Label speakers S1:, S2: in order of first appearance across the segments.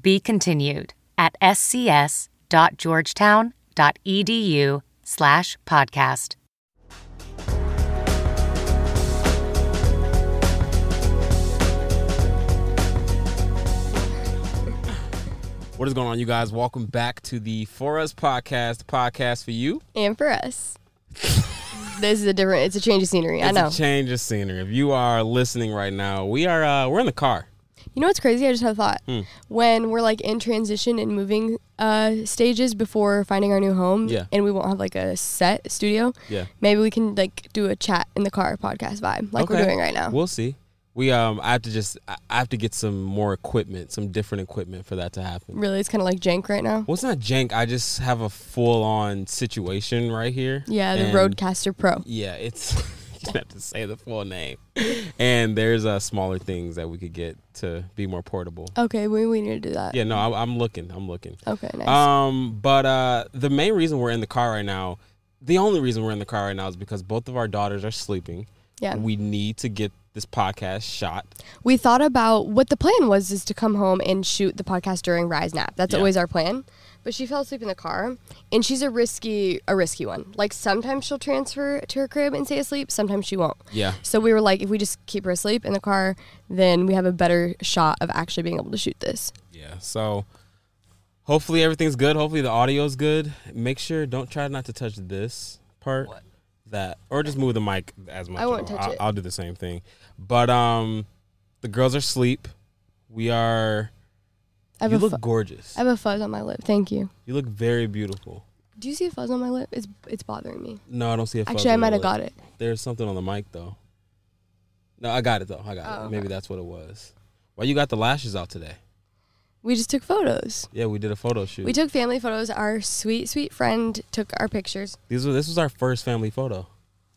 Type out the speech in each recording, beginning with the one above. S1: Be continued at scs.georgetown.edu E slash podcast.
S2: What is going on, you guys? Welcome back to the For Us podcast, the podcast for you.
S3: and for us. this is a different. It's a change of scenery. I
S2: It's
S3: know.
S2: a change of scenery. If you are listening right now, we are uh, we're in the car.
S3: you know what's crazy? I just had a thought.
S2: Hmm.
S3: When we're like in transition and moving uh, stages before finding our new home,
S2: Yeah.
S3: and we won't have like a set studio,
S2: Yeah.
S3: maybe we can like do a chat in the car podcast vibe, like we're
S2: Okay.
S3: doing right now.
S2: We'll see. We um, I have to just I I have to get some more equipment, some different equipment for that to happen.
S3: really, it's kind of like jank right now.
S2: Well, it's not jank. I just have a full on situation right here.
S3: Yeah, the
S2: And-
S3: Roadcaster Pro.
S2: Yeah, it's you have to say the full name. And there's uh, smaller things that we could get to be more portable.
S3: Okay, we, we need to do that.
S2: Yeah, no, I, I'm looking. I'm looking.
S3: Okay, nice.
S2: Um, but uh, the main reason we're in the car right now, the only reason we're in the car right now is because both of our daughters are sleeping.
S3: yeah.
S2: We need to get this podcast shot.
S3: we thought about what the plan was is to come home and shoot the podcast during rise nap that's
S2: Yeah.
S3: always our plan but she fell asleep in the car and she's a risky a risky one like sometimes she'll transfer to her crib and stay asleep sometimes she won't
S2: Yeah.
S3: so we were like if we just keep her asleep in the car then we have a better shot of actually being able to shoot this
S2: Yeah. So hopefully everything's good. Hopefully the audio's good. Make sure don't try not to touch this part. That or just move the mic as much.
S3: I won't
S2: as-
S3: touch
S2: I'll,
S3: it.
S2: I'll do the same thing. But um, the girls are asleep. We are.
S3: i have,
S2: you
S3: a,
S2: look
S3: fu-
S2: gorgeous.
S3: I have a fuzz on my lip thank you
S2: you look very beautiful.
S3: do you see a fuzz on my lip it's it's bothering me
S2: No, I don't see a. fuzz
S3: actually i
S2: on your
S3: might have
S2: lip.
S3: got it
S2: There's something on the mic though. No, I got it though. I got
S3: Oh,
S2: it.
S3: okay.
S2: Maybe that's what it was. Why you got the lashes out today?
S3: we just took photos
S2: Yeah, we did a photo shoot.
S3: we took family photos our sweet sweet friend took our pictures
S2: These were this was our first family photo.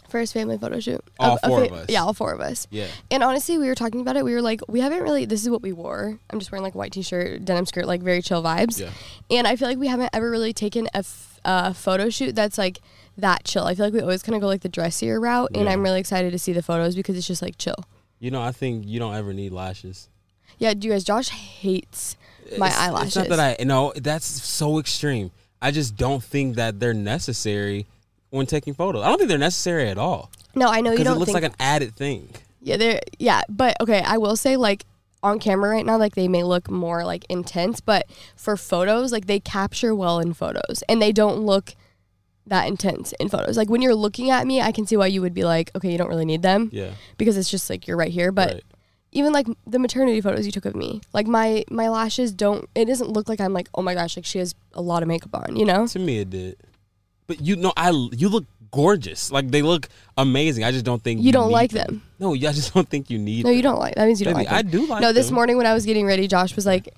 S3: first family photo shoot.
S2: All four
S3: fa-
S2: of us.
S3: Yeah, all four of us.
S2: Yeah.
S3: And honestly, we were talking about it. We were like, we haven't really. This is what we wore. I'm just wearing like a white t-shirt, denim skirt, like very chill vibes.
S2: Yeah.
S3: And I feel like we haven't ever really taken a f- uh, photo shoot that's like that chill. I feel like we always kind of go like the dressier route. And
S2: Yeah.
S3: I'm really excited to see the photos because it's just like chill.
S2: You know, I think you don't ever need lashes.
S3: Yeah, do you guys? Josh hates my
S2: It's-
S3: eyelashes.
S2: It's not that I no, that's so extreme. I just don't think that they're necessary when taking photos. I don't think they're necessary at all.
S3: no, I know you
S2: Because it
S3: don't
S2: looks
S3: think
S2: like an added thing.
S3: Yeah, they're yeah, but okay, I will say like on camera right now, like they may look more like intense, but for photos, like they capture well in photos and they don't look that intense in photos. Like when you're looking at me, I can see why you would be like, okay, you don't really need them
S2: Yeah.
S3: because it's just like you're right here. But
S2: right.
S3: even like the maternity photos you took of me, like my my lashes don't. It doesn't look like I'm like, oh my gosh, like she has a lot of makeup on, you know?
S2: To me, it did. But you know, I you look gorgeous. Like they look amazing. I just don't think
S3: You don't
S2: need
S3: like them.
S2: No, I just don't think you need.
S3: No, you
S2: them.
S3: don't like. That means you don't
S2: Baby,
S3: like. them.
S2: I do like
S3: No, this
S2: them.
S3: morning when I was getting ready, Josh was like,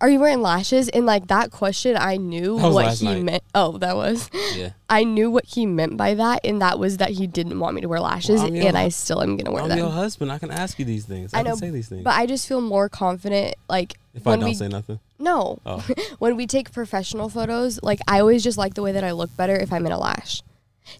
S3: "Are you wearing lashes?" And like that question, I knew
S2: That was
S3: what
S2: last
S3: he
S2: night.
S3: meant. Oh, that was.
S2: Yeah.
S3: I knew what he meant by that, and that was that he didn't want me to wear lashes,
S2: Well, I'm your-
S3: and I still am gonna wear
S2: I'm
S3: them.
S2: your husband. I can ask you these things. I,
S3: I know,
S2: can say these things.
S3: but I just feel more confident, like
S2: if I
S3: when
S2: don't
S3: we
S2: say nothing.
S3: no,
S2: Oh.
S3: when we take professional photos, like I always just like the way that I look better if I'm in a lash.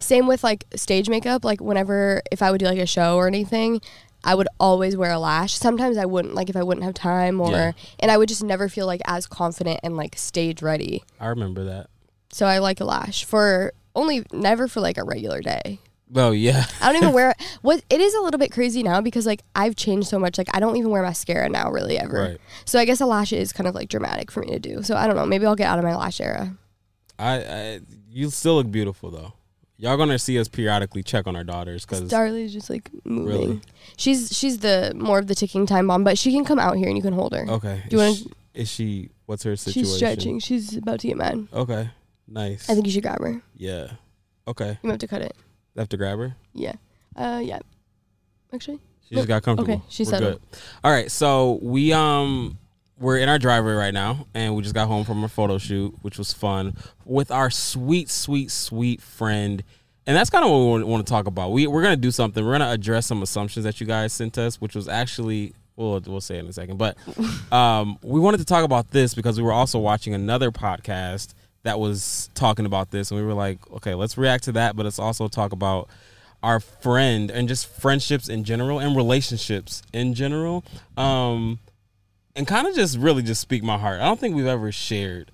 S3: Same with like stage makeup. Like whenever if I would do like a show or anything, I would always wear a lash. Sometimes I wouldn't, like if I wouldn't have time or
S2: Yeah.
S3: and I would just never feel like as confident and like stage ready.
S2: I remember that.
S3: So I like a lash for only never for like a regular day.
S2: Oh yeah.
S3: I don't even wear what it is a little bit crazy now because like I've changed so much. Like I don't even wear mascara now really ever.
S2: Right.
S3: So I guess a lash is kind of like dramatic for me to do. So I don't know. Maybe I'll get out of my lash era.
S2: I, I you still look beautiful though. Y'all gonna see us periodically check on our daughters because
S3: Starly's just like moving.
S2: Really?
S3: She's she's the more of the ticking time bomb, but she can come out here and you can hold her.
S2: okay.
S3: Do you
S2: is, she, is she? What's her Oh, situation?
S3: She's stretching. She's about to get mad.
S2: Okay. Nice.
S3: I think you should grab her. You
S2: yeah. Okay.
S3: might have to cut it.
S2: Have to grab her.
S3: Yeah. Uh yeah. Actually.
S2: She just got comfortable.
S3: Okay, she
S2: We're
S3: settled.
S2: good. All right, so we um we're in our driveway right now, and we just got home from a photo shoot, which was fun with our sweet, sweet, sweet friend. And that's kind of what we want to talk about. We we're gonna do something. We're gonna address some assumptions that you guys sent us, which was actually we'll we'll say it in a second. But um, we wanted to talk about this because we were also watching another podcast that was talking about this, and we were like, okay, let's react to that, but let's also talk about our friend and just friendships in general and relationships in general um and kind of just really just speak my heart i don't think we've ever shared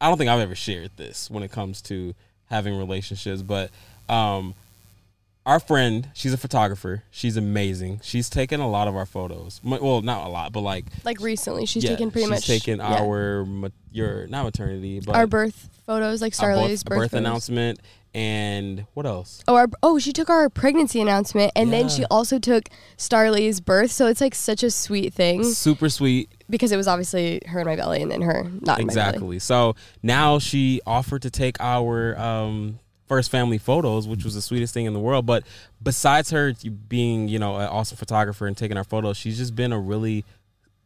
S2: i don't think i've ever shared this when it comes to having relationships but um our friend she's a photographer she's amazing she's taken a lot of our photos Mu- well not a lot but like
S3: Like recently. She's
S2: yeah,
S3: taken pretty
S2: she's
S3: much
S2: taken
S3: yeah.
S2: our ma- your not maternity but
S3: our birth photos, like
S2: our
S3: Starly's
S2: birth, birth
S3: photos.
S2: announcement and what else
S3: Oh, our, oh, she took our pregnancy announcement, and then she
S2: Yeah.
S3: also took Starly's birth. So it's like such a sweet thing
S2: super sweet
S3: because it was obviously her in my belly, and then her not in my belly.
S2: exactly so now she offered to take our um first family photos which was the sweetest thing in the world but besides her being you know an awesome photographer and taking our photos she's just been a really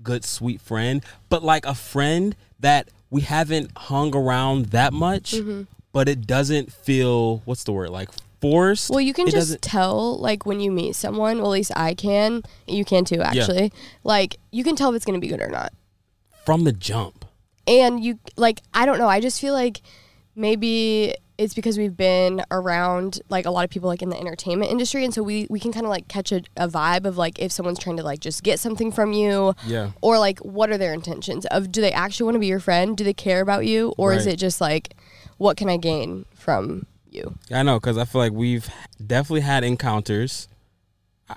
S2: good sweet friend but like a friend that we haven't hung around that much
S3: Mm-hmm.
S2: but it doesn't feel what's the word like forced
S3: Well, you can
S2: It
S3: just
S2: doesn't-
S3: tell like when you meet someone. Well, at least I can. You can too, actually. Like you can tell if it's gonna be good or not.
S2: from the jump
S3: and you like i don't know i just feel like maybe it's because we've been around like a lot of people like in the entertainment industry and so we we can kind of like catch a, a vibe of like if someone's trying to like just get something from you
S2: Yeah.
S3: or like what are their intentions of do they actually want to be your friend do they care about you or is
S2: Right.
S3: it just like what can i gain from you
S2: I know, because I feel like we've definitely had encounters. I,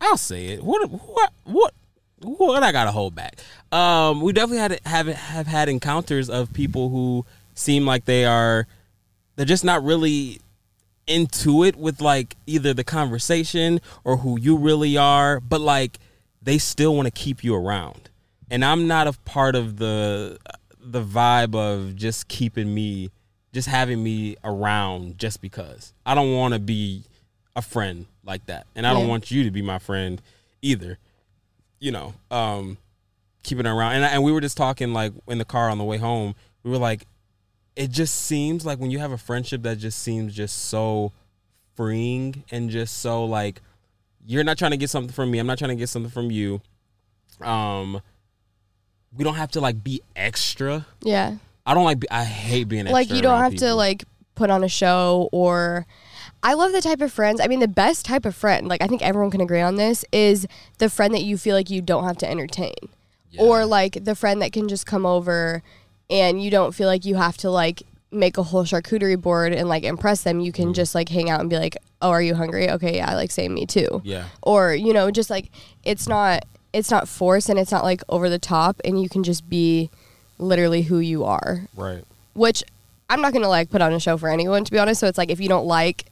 S2: I'll say it. What? What? What? What? I gotta hold back. Um, we definitely had have have had encounters of people who seem like they are, they're just not really into it with like either the conversation or who you really are, but like they still want to keep you around. And I'm not a part of the the vibe of just keeping me just having me around just because. I don't want to be a friend like that. And I don't
S3: Yeah.
S2: want you to be my friend either. You know, um keeping her around. And and we were just talking like in the car on the way home. We were like it just seems like when you have a friendship that just seems just so freeing and just so like you're not trying to get something from me i'm not trying to get something from you um we don't have to like be extra
S3: yeah
S2: i don't like be, i hate being extra
S3: like you don't
S2: around
S3: have to
S2: people.
S3: like put on a show or I love the type of friends. I mean, the best type of friend, like I think everyone can agree on this, is the friend that you feel like you don't have to entertain. Or like the friend that can just come over and you don't feel like you have to like make a whole charcuterie board and like impress them. You
S2: Mm-hmm.
S3: can just like hang out and be like, "Oh, are you hungry? Okay, yeah, like say me too."
S2: yeah
S3: Or, you know, just like it's not it's not forced and it's not like over the top and you can just be literally who you are
S2: right
S3: which I'm not gonna like put on a show for anyone to be honest. So it's like if you don't like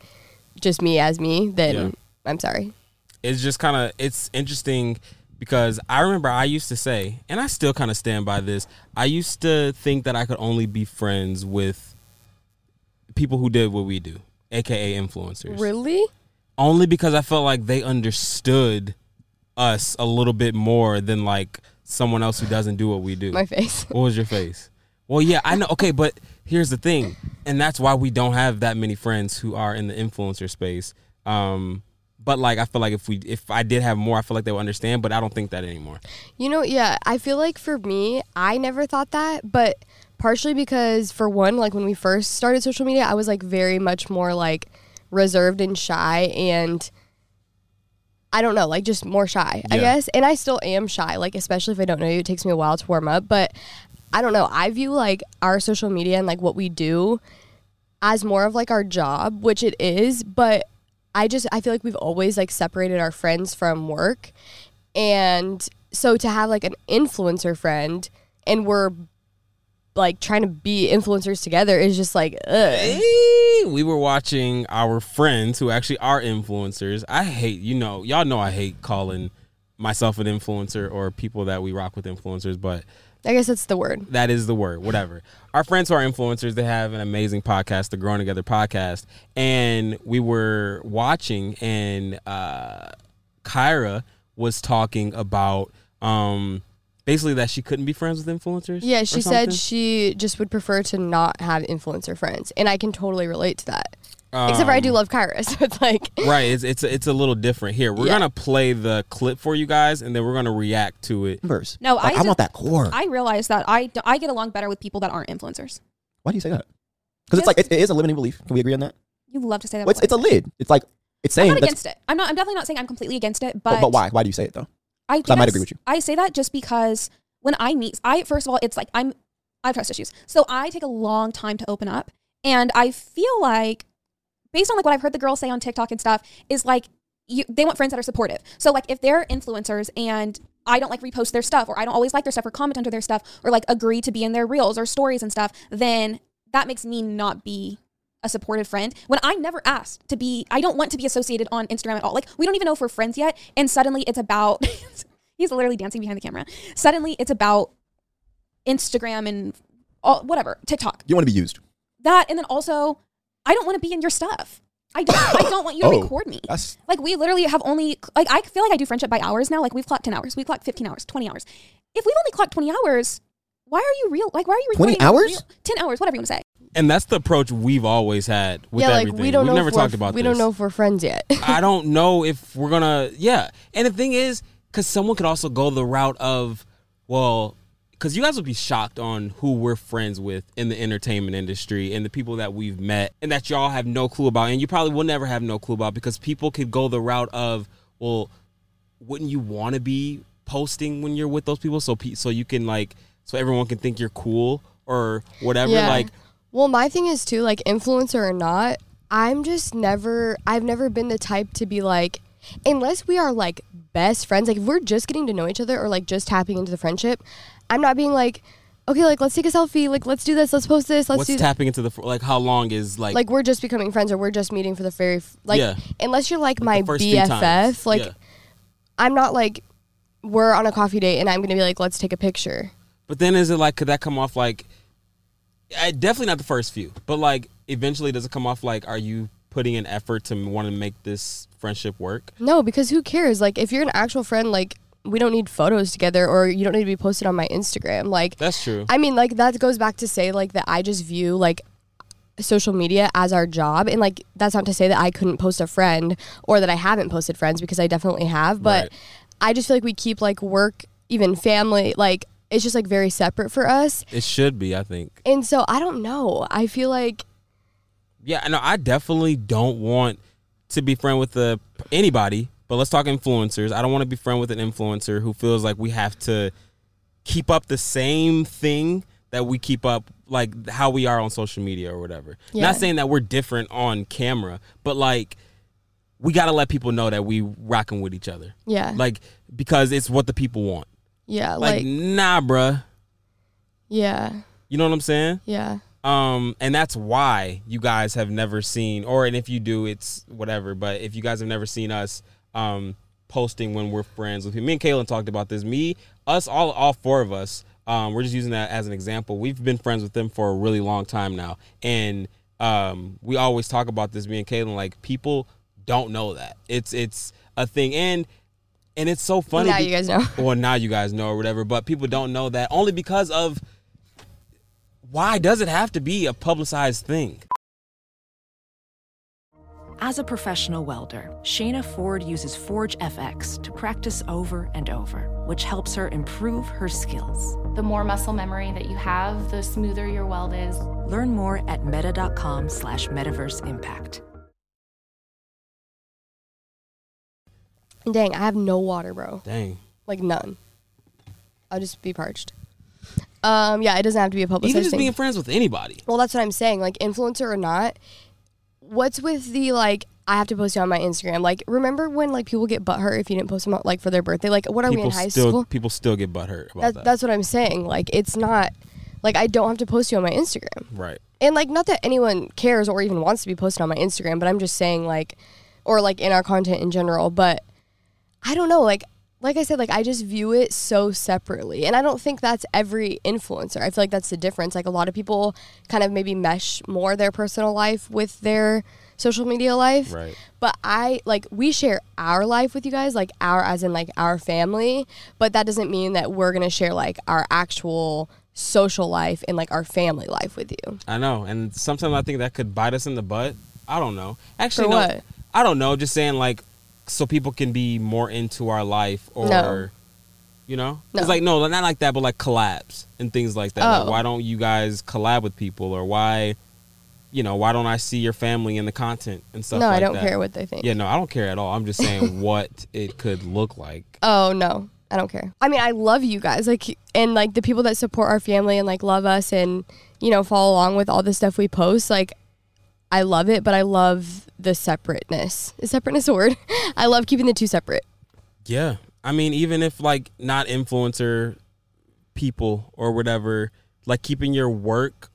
S3: just me as me, then
S2: Yeah.
S3: I'm sorry.
S2: it's just kind of it's interesting because I remember I used to say, and I still kind of stand by this. I used to think that I could only be friends with people who did what we do, aka influencers,
S3: Really?
S2: only because I felt like they understood us a little bit more than like someone else who doesn't do what we do.
S3: My face.
S2: What was your face? Well, yeah, I know. Okay, but here's the thing, and that's why we don't have that many friends who are in the influencer space. Um, but like, I feel like if we, if I did have more, I feel like they would understand. But I don't think that anymore.
S3: You know, yeah, I feel like for me, I never thought that, but partially because for one, like when we first started social media, I was like very much more like reserved and shy and I don't know, like just more shy, I
S2: Yeah.
S3: guess. And I still am shy, like especially if I don't know you, it takes me a while to warm up, but I don't know. I view like our social media and like what we do as more of like our job, which it is, but I just I feel like we've always like separated our friends from work, and so to have like an influencer friend and we're like trying to be influencers together is just like ugh.
S2: Hey, we were watching our friends who actually are influencers. I hate, you know, y'all know I hate calling myself an influencer or people that we rock with influencers, but
S3: I guess that's the word.
S2: that is the word, whatever. Our friends who are influencers, they have an amazing podcast, the Growing Together podcast. And we were watching, and uh, Kyra was talking about um, basically that she couldn't be friends with influencers.
S3: Yeah,
S2: or
S3: she
S2: something.
S3: said she just would prefer to not have influencer friends, and I can totally relate to that. Except for I do love Kyra, so it's like
S2: Um, right it's it's it's a little different here we're
S3: Yeah.
S2: gonna play the clip for you guys and then we're gonna react to it
S4: Numbers.
S5: No,
S4: Like,
S5: I
S4: I want
S5: just-
S4: that core.
S5: I realize that I, d- I get along better with people that aren't influencers.
S4: Why do you say that? Because it's like
S5: Just-
S4: it, it is a limiting belief. Can we agree on that?
S5: You love to say that.
S4: Well, it's,
S5: about
S4: it's a lid. It's like it's
S5: I'm
S4: saying
S5: not
S4: that's-
S5: against it. I'm not. I'm definitely not saying I'm completely against it,
S4: but,
S5: but
S4: but why? Why do you say it though? I
S5: I, think
S4: might
S5: s-
S4: agree with you.
S5: I say that just because when I meet, I first of all, it's like I'm, I have trust issues, so I take a long time to open up, and I feel like, based on like what I've heard the girls say on TikTok and stuff, is like you they want friends that are supportive. So like if they're influencers and I don't like repost their stuff, or I don't always like their stuff, or comment under their stuff, or like agree to be in their reels or stories and stuff, then that makes me not be a supportive friend when I never asked to be I don't want to be associated on Instagram at all. Like we don't even know if we're friends yet and suddenly it's about he's literally dancing behind the camera. Suddenly it's about Instagram and all whatever, TikTok.
S4: You want to be used.
S5: That and then also I don't want to be in your stuff. I don't I don't want you to
S4: Oh,
S5: record me.
S4: That's
S5: Like we literally have only like I feel like I do friendship by hours now. Like we've clocked 10 hours, we've clocked 15 hours, 20 hours. If we've only clocked 20 hours, why are you real? Like why are you
S4: 20
S5: recording
S4: hours?
S5: real- 10 hours, whatever you want to say.
S2: and that's the approach we've always had with
S3: yeah, like
S2: everything
S3: we don't
S2: have
S3: know.
S2: never
S3: if we're-
S2: talked about
S3: we
S2: this.
S3: don't know if we're friends yet.
S2: I don't know if we're gonna. Yeah, and the thing is, because someone could also go the route of, well, because you guys would be shocked on who we're friends with in the entertainment industry and the people that we've met and that y'all have no clue about, and you probably will never have no clue about because people could go the route of, well, wouldn't you want to be posting when you're with those people so pe- so you can like so everyone can think you're cool or whatever
S3: Yeah.
S2: like
S3: Well, my thing is too, like influencer or not, I'm just never I've never been the type to be like unless we are like best friends, like if we're just getting to know each other or like just tapping into the friendship, I'm not being like, okay, like let's take a selfie, like let's do this, let's post this, let's
S2: what's
S3: do that.
S2: tapping into the fr- like how long is like,
S3: Like we're just becoming friends or we're just meeting for the very f- like
S2: Yeah.
S3: unless you're like,
S2: the
S3: my
S2: first few times?
S3: BFF, like
S2: Yeah.
S3: I'm not like we're on a coffee date and I'm going to be like let's take a picture.
S2: But then is it like could that come off like I, definitely not the first few, but like eventually does it come off like are you putting an effort to want to make this friendship work?
S3: No, because who cares? Like, if you're an actual friend, like, we don't need photos together or you don't need to be posted on my Instagram. Like,
S2: That's true.
S3: I mean, like, that goes back to say, like, that I just view, like, social media as our job. And, like, that's not to say that I couldn't post a friend or that I haven't posted friends because I definitely have. But
S2: Right.
S3: I just feel like we keep, like, work, even family, like, it's just, like, very separate for us.
S2: it should be, I think.
S3: And so I don't know. I feel like,
S2: Yeah, no, I definitely don't want to be friend with the anybody, but let's talk influencers. I don't want to be friend with an influencer who feels like we have to keep up the same thing that we keep up like how we are on social media or whatever.
S3: Yeah.
S2: Not saying that we're different on camera, but like we got to let people know that we rocking with each other.
S3: yeah.
S2: Like because it's what the people want.
S3: yeah.
S2: Like,
S3: Like,
S2: nah, bruh.
S3: yeah.
S2: You know what I'm saying?
S3: Yeah.
S2: Um, and that's why you guys have never seen, or and if you do, it's whatever. But if you guys have never seen us, um, posting when we're friends with you, me and Kaylin talked about this. Me, us, all, all four of us. Um, we're just using that as an example. We've been friends with them for a really long time now, and um, we always talk about this. Me and Kaylin, like people don't know that it's it's a thing, and and it's so funny.
S3: Now
S2: be-
S3: you guys know.
S2: Well, now you guys know or whatever, but people don't know that only because of why does it have to be a publicized thing?
S6: As a professional welder, Shayna Ford uses Forge FX to practice over and over, which helps her improve her skills.
S7: The more muscle memory that you have, the smoother your weld is.
S6: Learn more at meta.com slash metaverse impact.
S3: And dang, I have no water, bro.
S2: Dang.
S3: like none. I'll just be parched. Um, yeah, it doesn't have to be a public
S2: Even just
S3: thing.
S2: being friends with anybody.
S3: well, that's what I'm saying. Like influencer or not, what's with the like? I have to post it on my Instagram. Like, remember when like people get butthurt if you didn't post them out, like for their birthday? Like, what are we in high
S2: still
S3: school?
S2: people still get butthurt about
S3: That,
S2: that.
S3: That's what I'm saying. Like, it's not like I don't have to post you on my Instagram.
S2: right.
S3: And like, not that anyone cares or even wants to be posted on my Instagram, but I'm just saying like, or like in our content in general. But I don't know. Like, like I said, like I just view it so separately, and I don't think that's every influencer. I feel like that's the difference. Like a lot of people kind of maybe mesh more their personal life with their social media life.
S2: Right.
S3: But I like we share our life with you guys, like our as in like our family, but that doesn't mean that we're gonna share like our actual social life and like our family life with you.
S2: I know, and sometimes I think that could bite us in the butt. I don't know. Actually,
S3: For
S2: no,
S3: what?
S2: I don't know. Just saying, like, so people can be more into our life, or
S3: No.
S2: you know,
S3: No.
S2: it's like no, not like that, but like collabs and things like that. Like,
S3: Oh.
S2: why don't you guys collab with people, or why, you know, why don't I see your family in the content and stuff?
S3: no, I
S2: like
S3: don't
S2: that.
S3: care what they think.
S2: Yeah, no, I don't care at all. I'm just saying what it could look like.
S3: Oh no, I don't care. I mean, I love you guys, like, and like the people that support our family and like love us and you know follow along with all the stuff we post. Like, I love it, but I love the separateness. Is separateness a word? I love keeping the two separate.
S2: Yeah. I mean, even if like not influencer people or whatever, like keeping your work,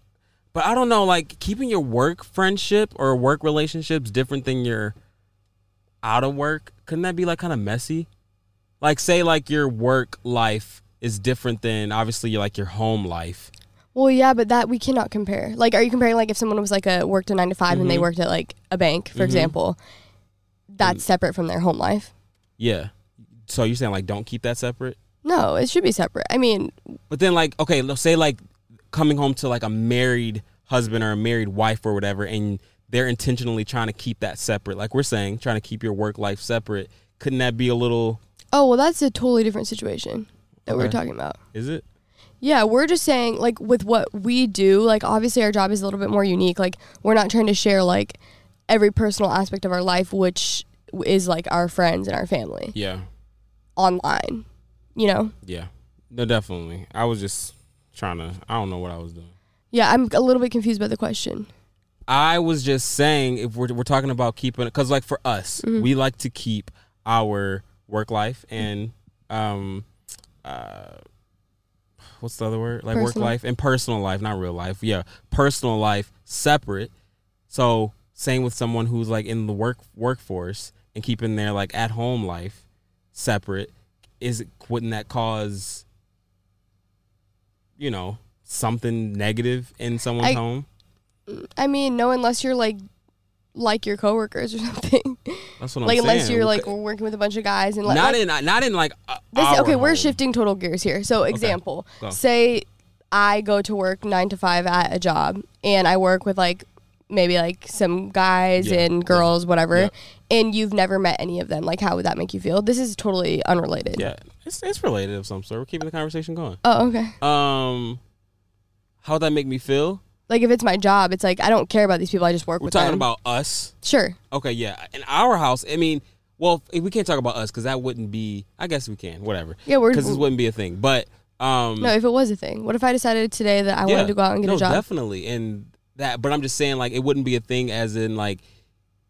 S2: but I don't know, like keeping your work friendship or work relationships different than your out of work, couldn't that be like kind of messy? Like, say, like your work life is different than obviously your like your home life.
S3: Well, yeah, but that we cannot compare. Like, are you comparing like if someone was like a worked a nine to 5 and they
S2: Mhm.
S3: worked at like a bank, for
S2: Mm-hmm.
S3: example? That's
S2: Mm.
S3: separate from their home life.
S2: Yeah. So you're saying like don't keep that separate?
S3: No, it should be separate. I mean,
S2: But then, like, okay, let's say like coming home to like a married husband or a married wife or whatever, and they're intentionally trying to keep that separate. Like we're saying, trying to keep your work life separate. Couldn't that be a little?
S3: oh well, that's a totally different situation that we're
S2: Okay.
S3: talking about.
S2: Is it?
S3: Yeah, we're just saying like with what we do, like obviously our job is a little bit more unique. Like we're not trying to share like every personal aspect of our life, which is like our friends and our family
S2: Yeah,
S3: online. You know?
S2: yeah, no, definitely. I was just trying to. I don't know what I was doing.
S3: Yeah, I'm a little bit confused by the question.
S2: I was just saying if we're, we're talking about keeping because like for us
S3: Mm-hmm.
S2: we like to keep our work life and um uh what's the other word like work
S3: Personal.
S2: life and personal life not real life yeah personal life separate so same with someone who's like in the work workforce and keeping their like at home life separate is it wouldn't that cause you know something negative in someone's
S3: I-
S2: home
S3: I mean, no, unless you're like like your coworkers or something.
S2: that's what I'm
S3: like
S2: saying
S3: unless you're
S2: We
S3: like
S2: cou-
S3: working with a bunch of guys and like
S2: not
S3: like,
S2: in not in like a-
S3: this,
S2: our
S3: okay, we're
S2: home.
S3: shifting total gears here. So, example,
S2: go.
S3: say I go to work nine to five at a job, and I work with like maybe like some guys
S2: Yeah,
S3: and
S2: yeah,
S3: girls, whatever,
S2: yeah.
S3: and you've never met any of them. Like, how would that make you feel? This is totally unrelated.
S2: Yeah, it's it's related of some sort. We're keeping the conversation going.
S3: Oh, okay.
S2: Um, how would that make me feel?
S3: Like, if it's my job, it's like I don't care about these people. I just work
S2: We're
S3: with
S2: talking
S3: them.
S2: about us.
S3: sure.
S2: Okay, yeah. In our house, I mean, well, if we can't talk about us because that wouldn't be. I guess we can. Whatever.
S3: Yeah, we're-
S2: because this wouldn't be a thing. But um,
S3: No, if it was a thing, what if I decided today that I
S2: yeah.
S3: wanted to go out and get
S2: no,
S3: a job?
S2: Definitely, and that. But I'm just saying, like, it wouldn't be a thing. As in, like,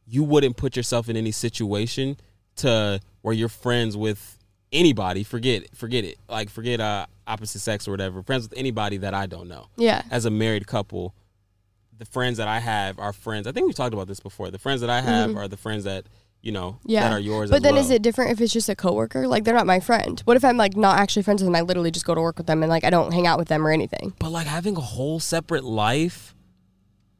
S2: you wouldn't put yourself in any situation to where you're friends with anybody. Forget, it, forget it. Like, forget uh, opposite sex or whatever. Friends with anybody that I don't know.
S3: yeah.
S2: As a married couple, the friends that I have are friends. I think we talked about this before. The friends that I have are the friends that you know
S3: Mm-hmm. Yeah.
S2: that are yours.
S3: But
S2: as
S3: then
S2: well.
S3: is it different if it's just a coworker? Like they're not my friend. What if I'm like not actually friends with them? I literally just go to work with them and like I don't hang out with them or anything.
S2: But like having a whole separate life,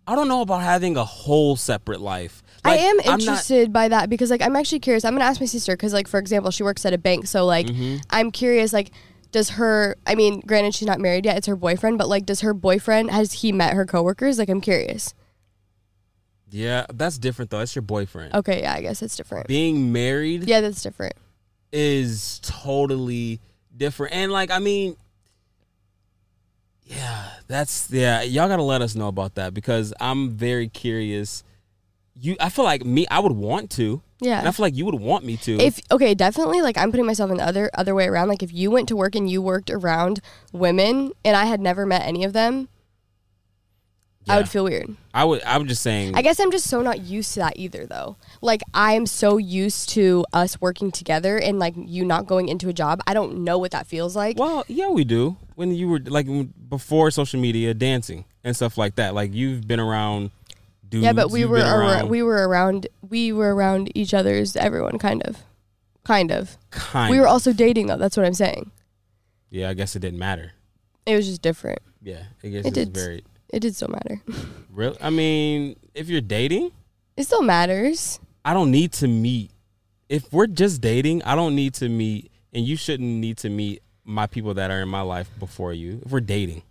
S2: I don't know about having a whole separate life. Like,
S3: I am
S2: I'm not-
S3: interested by that because like I'm actually curious. I'm gonna ask my sister because like for example, she works at a bank, so like
S2: Mm-hmm.
S3: I'm curious like does her I mean, granted she's not married yet, it's her boyfriend, but like does her boyfriend has he met her coworkers? Like I'm curious.
S2: yeah, that's different though. That's your boyfriend.
S3: Okay, yeah, I guess that's different.
S2: Being married
S3: Yeah, that's different.
S2: is totally different. And like, I mean, yeah, that's yeah. Y'all gotta let us know about that because I'm very curious. You, I feel like me. I would want to.
S3: Yeah.
S2: And I feel like you would want me to.
S3: if okay definitely like i'm putting myself in the other other way around like if you went to work and you worked around women and i had never met any of them I would feel weird.
S2: I would. I'm just saying.
S3: I guess I'm just so not used to that either, though. Like, I am so used to us working together and like you not going into a job. I don't know what that feels like.
S2: Well, yeah, we do. When you were like when- before social media, dancing and stuff like that. Like you've been around dudes.
S3: yeah, but we
S2: you've
S3: were
S2: been
S3: ar-
S2: around,
S3: we were around we were around each other's everyone kind of, kind of.
S2: kind.
S3: we were
S2: of.
S3: also dating though. That's what I'm saying.
S2: Yeah, I guess it didn't matter.
S3: It was just different.
S2: Yeah, I guess
S3: It
S2: it it's
S3: did.
S2: very
S3: It did still matter.
S2: real. I mean, if you're dating,
S3: It still matters.
S2: I don't need to meet. If we're just dating, I don't need to meet, and you shouldn't need to meet my people that are in my life before you. If we're dating,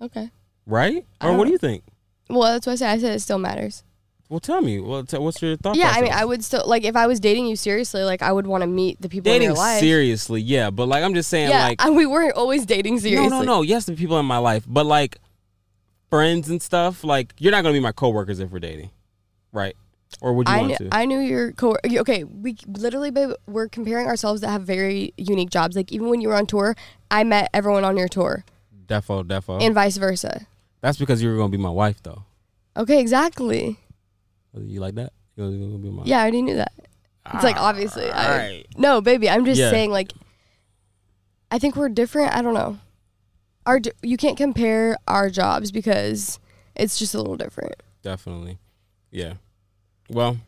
S3: Okay.
S2: right?
S3: I
S2: Or what
S3: don't-
S2: do you think?
S3: Well, that's why I said I said it still matters.
S2: Well, tell me. Well, t- what's your thought?
S3: Yeah, I mean,
S2: process?
S3: I would still like if I was dating you seriously, like I would want to meet the people in
S2: dating
S3: your life.
S2: seriously. Yeah, but like I'm just saying,
S3: yeah,
S2: like
S3: and we weren't always dating seriously.
S2: No, no, no. Yes, the people in my life, but like friends and stuff. Like you're not gonna be my coworkers if we're dating, right? Or would you
S3: I
S2: want
S3: knew,
S2: to?
S3: I knew your co. Okay, we literally babe, we're comparing ourselves that have very unique jobs. Like even when you were on tour, I met everyone on your tour,
S2: defo, defo.
S3: and vice versa.
S2: That's because you were gonna be my wife, though.
S3: Okay, exactly.
S2: You like that? You're gonna be my. Ah,
S3: Yeah, I already knew that. It's like obviously, I
S2: Alright.
S3: no, baby. I'm just
S2: Yeah.
S3: saying, like, I think we're different. I don't know. Our j- you can't compare our jobs because it's just a little different.
S2: Definitely. Yeah. Well,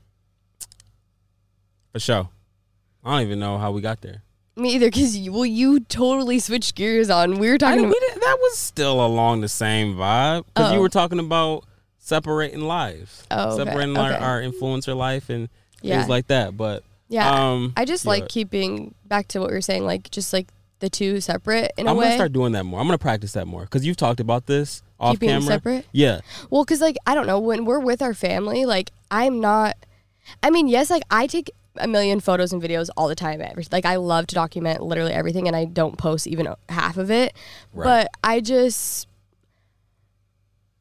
S2: for sure. I don't even know how we got there.
S3: Me either, because well, you totally switched gears on. We were
S2: I
S3: talking
S2: mean,
S3: about
S2: we did, that was still along the same vibe because you
S3: Oh.
S2: were talking about separating lives,
S3: Oh, okay,
S2: separating our,
S3: okay.
S2: our influencer life and
S3: Yeah.
S2: things like that. But
S3: yeah.
S2: um,
S3: I just
S2: yeah.
S3: like keeping back to what we were saying, like just like the two separate in a
S2: I'm
S3: way.
S2: gonna start doing that more. I'm gonna practice that more because you've talked about this off
S3: Keeping them
S2: camera.
S3: separate?
S2: Yeah,
S3: Well, because like I don't know when we're with our family, like I'm not. I mean, yes, like I take a million photos and videos all the time. Every, like I love to document literally everything, and I don't post even a- half of it.
S2: Right.
S3: But I just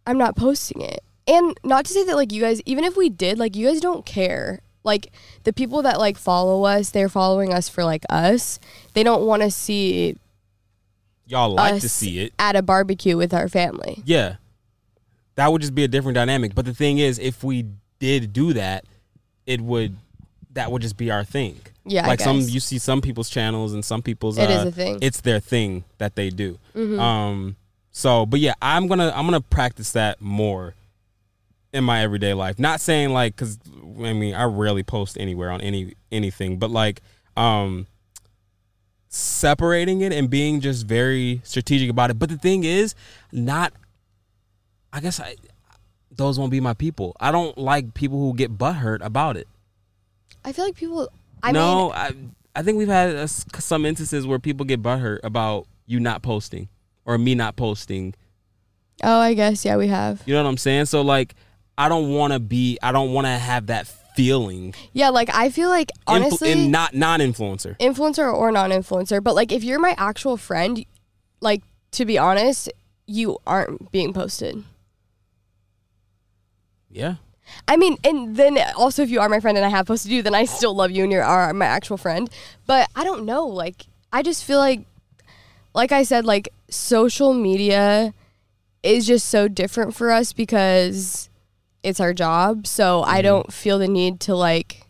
S3: I'm not posting it. And not to say that like you guys, even if we did, like you guys don't care. Like the people that like follow us, they're following us for like us. They don't want to see
S2: y'all like to
S3: us
S2: see it.
S3: at a barbecue with our family.
S2: Yeah, that would just be a different dynamic. But the thing is, if we did do that, it would that would just be our thing.
S3: Yeah, I
S2: like some
S3: guess.
S2: you see some people's channels and some people's.
S3: It is
S2: uh,
S3: a thing. Mm-hmm.
S2: It's their thing that they do. Um. So, but yeah, I'm gonna I'm gonna practice that more in my everyday life. Not saying like because I mean I rarely post anywhere on any anything, but like um separating it and being just very strategic about it. But the thing is, not I guess I those won't be my people. I don't like people who get butthurt about it.
S3: I feel like people. I mean,
S2: no, I I think we've had uh, s- some instances where people get butthurt about you not posting or me not posting.
S3: Oh, I guess yeah, we have.
S2: You know what I'm saying? So like, I don't want to be. I don't want to have that feeling.
S3: Yeah, like I feel like
S2: Influ-
S3: honestly,
S2: and not non-influencer.
S3: influencer or non-influencer, but like if you're my actual friend, like to be honest, you aren't being posted.
S2: Yeah.
S3: I mean, and then also if you are my friend and I have posted you, then I still love you and you are my actual friend. But I don't know, like I just feel like, like I said, like social media is just so different for us because it's our job. So
S2: Mm-hmm.
S3: I don't feel the need to like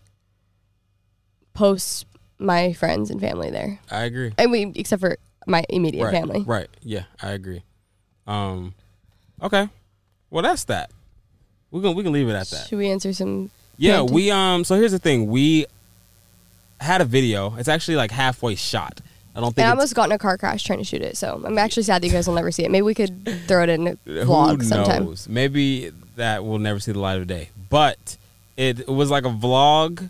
S3: post my friends and family there.
S2: I agree.
S3: I mean, except for my immediate
S2: right,
S3: family.
S2: Right. Yeah, I agree. Um, okay. Well, that's that. We can we can leave it at that.
S3: Should we answer some?
S2: Yeah.
S3: Fantastic.
S2: We um. So here's the thing. We had a video. It's actually like halfway shot. I don't
S3: I,
S2: think. it's-
S3: almost got in a car crash trying to shoot it, so I'm actually sad that you guys will never see it. Maybe we could throw it
S2: Uh,
S3: in a vlog sometime.
S2: Maybe that will never see the light of day. But it was like a vlog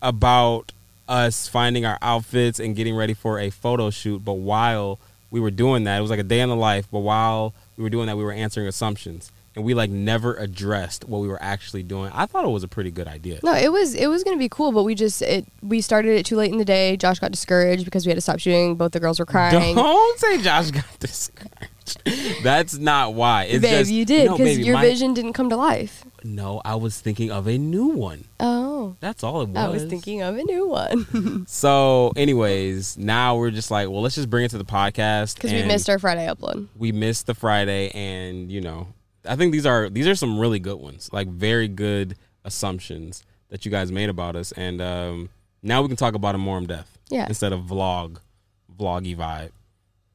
S2: about us finding our outfits and getting ready for a photo shoot. But while we were doing that, it was like a day in the life. But while we were doing that, we were answering assumptions. And we like never addressed what we were actually doing. I thought it was a pretty good idea.
S3: No, it was it was gonna be cool, but we just it we started it too late in the day. Josh got discouraged because we had to stop shooting. Both the girls were crying.
S2: Don't say Josh got discouraged. That's not why. It's
S3: Babe,
S2: just,
S3: you did
S2: No,
S3: because
S2: baby,
S3: your
S2: my-
S3: vision didn't come to life.
S2: No, I was thinking of a new one.
S3: Oh, Oh,
S2: That's all it was.
S3: I was thinking of a new one
S2: So, anyways, now we're just like, well, let's just bring it to the podcast
S3: because we
S2: and
S3: missed our Friday upload.
S2: we missed the Friday, and you know, I think these are these are some really good ones, like very good assumptions that you guys made about us, and um, now we can talk about them more in depth,
S3: Yeah.
S2: instead of vlog, vloggy vibe.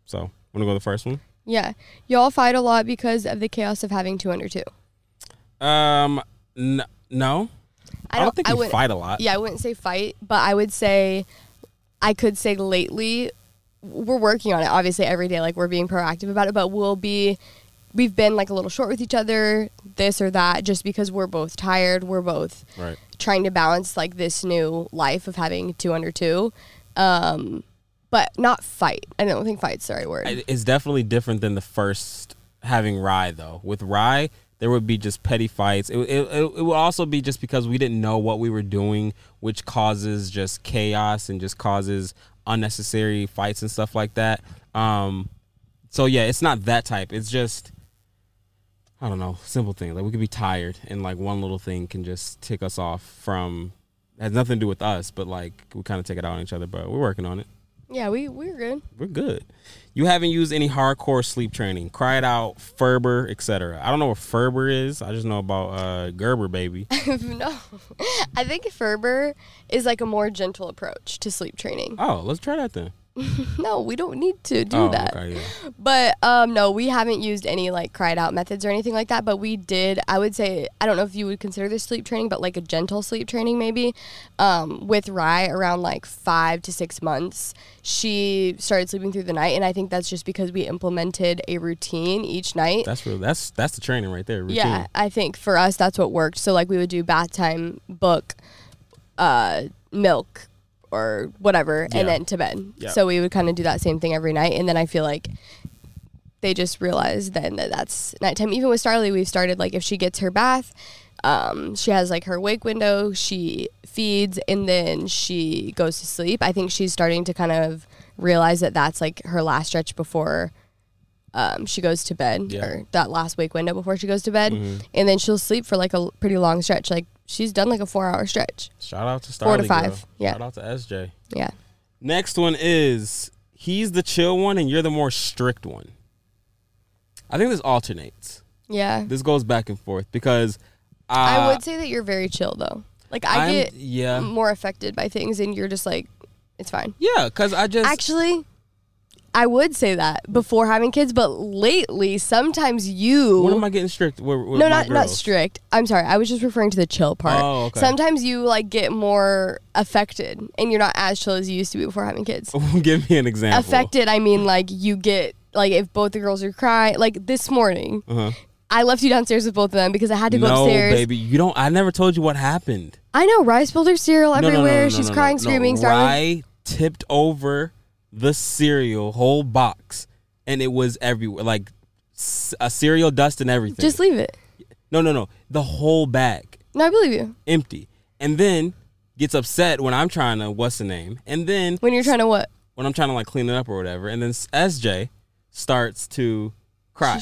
S2: So, want to go to the first one?
S3: Yeah, y'all fight a lot because of the chaos of having two under two.
S2: Um, n- no, I don't, think we
S3: would-
S2: fight a lot.
S3: Yeah, I wouldn't say fight, but I would say I could say lately we're working on it. Obviously, every day, like we're being proactive about it, but we'll be we've been like a little short with each other, this or that, just because we're both tired. We're both
S2: right.
S3: trying to balance like this new life of having two under two, um, but not fight. I don't think fight's the right word.
S2: It- It's definitely different than the first having Rye though. With Rye, there would be just petty fights. It, it, it, it would also be just because we didn't know what we were doing, which causes just chaos and just causes unnecessary fights and stuff like that. Um, so yeah, it's not that type. It's just I don't know, simple thing. Like we could be tired and like one little thing can just tick us off from has nothing to do with us, but like we kind of take it out on each other, but we're working on it
S3: yeah, we we're good.
S2: we're good. You haven't used any hardcore sleep training. Cry it out, Ferber, etc. I don't know what Ferber is. I just know about uh, Gerber, baby.
S3: no, I think Ferber is like a more gentle approach to sleep training.
S2: Oh, let's try that then.
S3: No, we don't need to do
S2: oh,
S3: that.
S2: okay, yeah.
S3: But um, no, we haven't used any like cried out methods or anything like that. But we did. I would say I don't know if you would consider this sleep training, but like a gentle sleep training maybe. Um, with Rye around like five to six months, she started sleeping through the night, and I think that's just because we implemented a routine each night.
S2: That's real. That's that's the training right there. Routine.
S3: yeah, I think for us that's what worked. So like we would do bath time, book, uh, milk. Or whatever,
S2: Yeah.
S3: and then to bed.
S2: Yeah.
S3: So we would kind of do that same thing every night, and then I feel like they just realized then that that's nighttime. Even with Starly, we've started like if she gets her bath, um, she has like her wake window, she feeds, and then she goes to sleep. I think she's starting to kind of realize that that's like her last stretch before um, she goes to bed,
S2: Yeah. Mm-hmm.
S3: or that last wake window before she goes to bed, and then she'll sleep for like a l- pretty long stretch. Like she's done like a four hour stretch.
S2: Shout out to Starly.
S3: Four to five,
S2: girl.
S3: yeah.
S2: Shout out to SJ.
S3: Yeah.
S2: Next one is he's the chill one and you're the more strict one. I think this alternates.
S3: Yeah.
S2: This goes back and forth because I,
S3: I would say that you're very chill though. Like I
S2: uh, I'm-
S3: get
S2: yeah.
S3: more affected by things, and you're just like, it's fine.
S2: Yeah, because I just
S3: Actually, I would say that before having kids, but lately, sometimes you.
S2: when am I getting strict? With, with
S3: no,
S2: my
S3: not not
S2: girls?
S3: strict. I'm sorry. I was just referring to the chill part.
S2: Oh, okay.
S3: Sometimes you like get more affected, and you're not as chill as you used to be before having kids.
S2: Give me an example.
S3: affected, I mean, like you get like if both the girls are crying. Like this morning,
S2: Uh-huh.
S3: I left you downstairs with both of them because I had to go
S2: no,
S3: upstairs.
S2: baby, you don't. I never told you what happened.
S3: I know Rye spilled her cereal
S2: No, no, no,
S3: everywhere.
S2: no, no,
S3: She's
S2: no,
S3: crying,
S2: no.
S3: screaming.
S2: No,
S3: Starling-
S2: Rye tipped over the cereal whole box, and it was everywhere, like s- a cereal dust and everything.
S3: Just leave it.
S2: no, no, no, the whole bag
S3: No, I believe you.
S2: empty, and then gets upset when I'm trying to what's the name, and then
S3: When you're trying to what?
S2: when I'm trying to like clean it up or whatever, and then s- SJ starts to cry.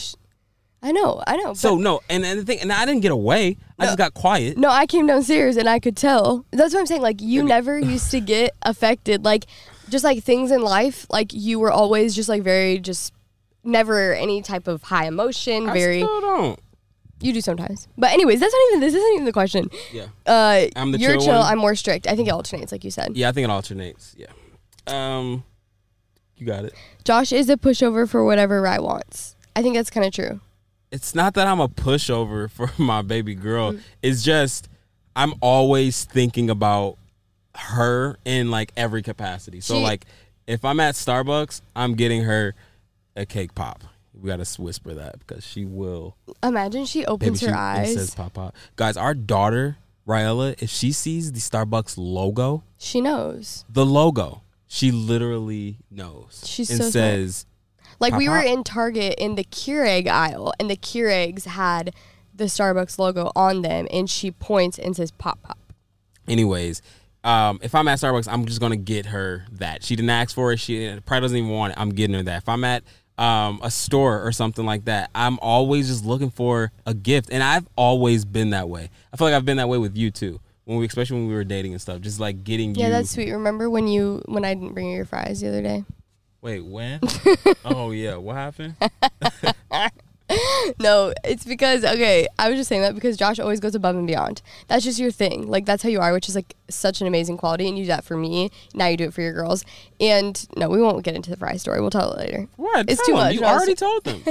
S3: I know, I know.
S2: So no, and, and the thing, and I didn't get away. I just got quiet.
S3: No, I came downstairs and I could tell. That's what I'm saying. Like you never used to get affected. Like just like things in life, like you were always just like very just never any type of high emotion.
S2: I
S3: very
S2: still don't.
S3: you do sometimes. But anyways, that's not even this isn't even the question.
S2: Yeah.
S3: Uh,
S2: I'm the
S3: you're
S2: chill
S3: chill.
S2: one.
S3: I'm more strict. I think it alternates, like you said.
S2: Yeah, I think it alternates. Yeah. Um, you got it.
S3: Josh is a pushover for whatever Rye wants. I think that's kind of true.
S2: It's not that I'm a pushover for my baby girl.
S3: Mm-hmm.
S2: It's just I'm always thinking about her in like every capacity. So
S3: She-
S2: like if I'm at Starbucks, I'm getting her a cake pop. We gotta s- whisper that because she will.
S3: Imagine she
S2: Baby,
S3: opens
S2: she
S3: her
S2: it
S3: eyes.
S2: says pop pop. Guys, our daughter Raella, if she sees the Starbucks logo,
S3: she knows.
S2: the logo, she literally knows.
S3: She's
S2: and
S3: so smart.
S2: says.
S3: Like we were
S2: Pop-up.
S3: in Target in the Keurig aisle, and the Keurigs had the Starbucks logo on them, and she points and says "Pop Pop."
S2: anyways um, if i'm at starbucks i'm just gonna get her that she didn't ask for it she probably doesn't even want it i'm getting her that if i'm at um, a store or something like that i'm always just looking for a gift and i've always been that way i feel like i've been that way with you too when we, especially when we were dating and stuff, just like getting
S3: Yeah,
S2: you.
S3: that's sweet. Remember when you when I didn't bring you your fries the other day?
S2: Wait, when? oh yeah, what happened?
S3: No, it's because okay, I was just saying that because Josh always goes above and beyond. That's just your thing. Like that's how you are, which is like such an amazing quality, and you do that for me. Now you do it for your girls. And no, we won't get into the fry story. We'll tell it later.
S2: What?
S3: It's
S2: Tell
S3: too
S2: them.
S3: much.
S2: You
S3: No, it's-
S2: already told them.